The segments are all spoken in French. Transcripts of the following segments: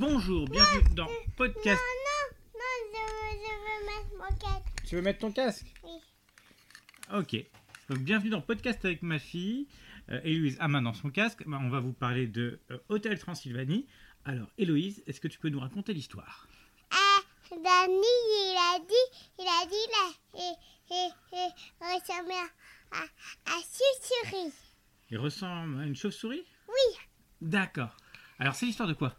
Bonjour, bienvenue dans Podcast. Non, je veux, je veux mettre mon casque. Tu veux mettre ton casque Ok. Donc, bienvenue dans Podcast avec ma fille. Euh, Héloïse a maintenant son casque. Bah, on va vous parler de euh, Hôtel Transylvanie. Alors, Héloïse, est-ce que tu peux nous raconter l'histoire Ah, Dani, il a dit, il a dit là, et, et, et, ressemble à, à, à Chuchuri. Il ressemble à une chauve-souris Oui, D'accord. Alors, c'est l'histoire de quoi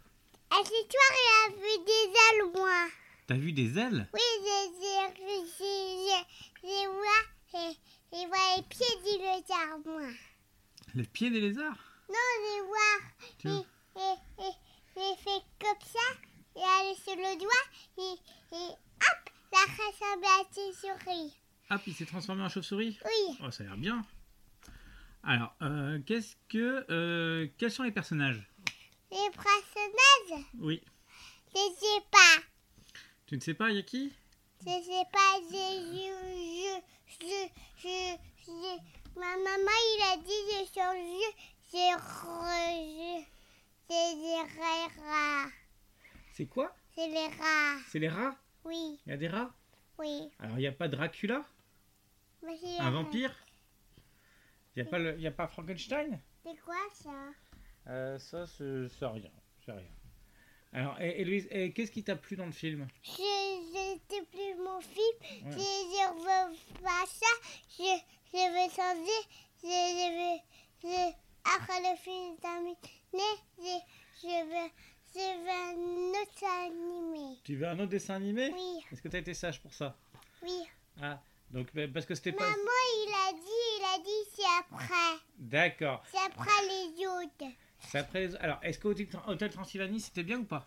à cette histoire, il a vu des ailes, moi. T'as vu des ailes Oui, j'ai, j'ai, j'ai, j'ai, j'ai, vois, j'ai, j'ai vois les pieds du lézard, moi. Les pieds des lézards Non, j'ai vois, Tu- et, et, et, j'ai fait comme ça, il a laissé le doigt, et, et hop, la ressemble à Chuchuri. Hop, il s'est transformé en chauve-souris Oui. Oh, ça a l'air bien. Alors, euh, qu'est-ce que. euh, quels sont les personnages Les personnages, Oui. je sais pas. Tu ne sais pas, y a qui Je sais pas, je, je, je, je, je, je- Ma maman, il a dit, j'ai changé, j'ai re, je, c'est les rats. C'est quoi C'est les rats. C'est les rats Oui, Il y a des rats oui. Alors, il n'y a pas Dracula Mais c'est les Un rats. vampire Il n'y a, pas Frankenstein C'est quoi ça Euh, Ça, c'est rien. C'est rien. Alors, et, Louise, qu'est-ce qui t'a plu dans le film Je, je sais plus mon film, Ouais. je, je veux pas ça, je, je veux changer, je, je veux, je, après le film est terminé, je, je veux, je veux un autre animé. Tu veux un autre dessin animé Oui, Est-ce que t'as été sage pour ça oui. Ah, donc, bah, parce que c'était pas... Maman, il a dit, il a dit, c'est après, D'accord. c'est après les autres. C'est après les- Alors, est-ce que Hôtel Tran- Hôtel Transylvanie, c'était bien ou pas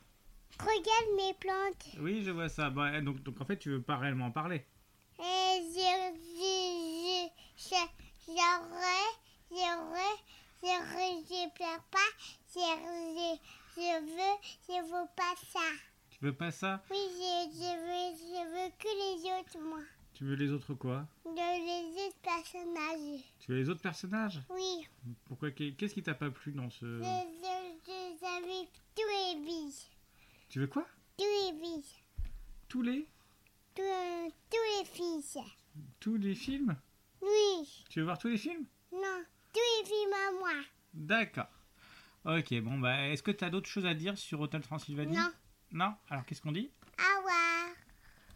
Regarde mes plantes. Oui, je vois ça. Bah, eh, donc, donc, en fait, tu veux pas réellement en parler. Et je, je, je, je, j'aurais, j'aurais, j'aurais, je pleure pas, je, je, je veux, je veux pas ça. Tu veux pas ça Oui, je, je veux, je veux que les autres, moi, Tu veux les autres quoi de les autres personnages. Tu veux les autres personnages Oui, Pourquoi qu'est- Qu'est-ce qui t'a pas plu dans ce... je, je, je savais tous les bis, Tu veux quoi tous les bis, Tous les... tous, tous les fils. Tous les films Oui, Tu veux voir tous les films non, tous les filles à moi. D'accord. Ok, bon, bah, est-ce que tu as d'autres choses à dire sur Hôtel Transylvanie Non, Non Alors, qu'est-ce qu'on dit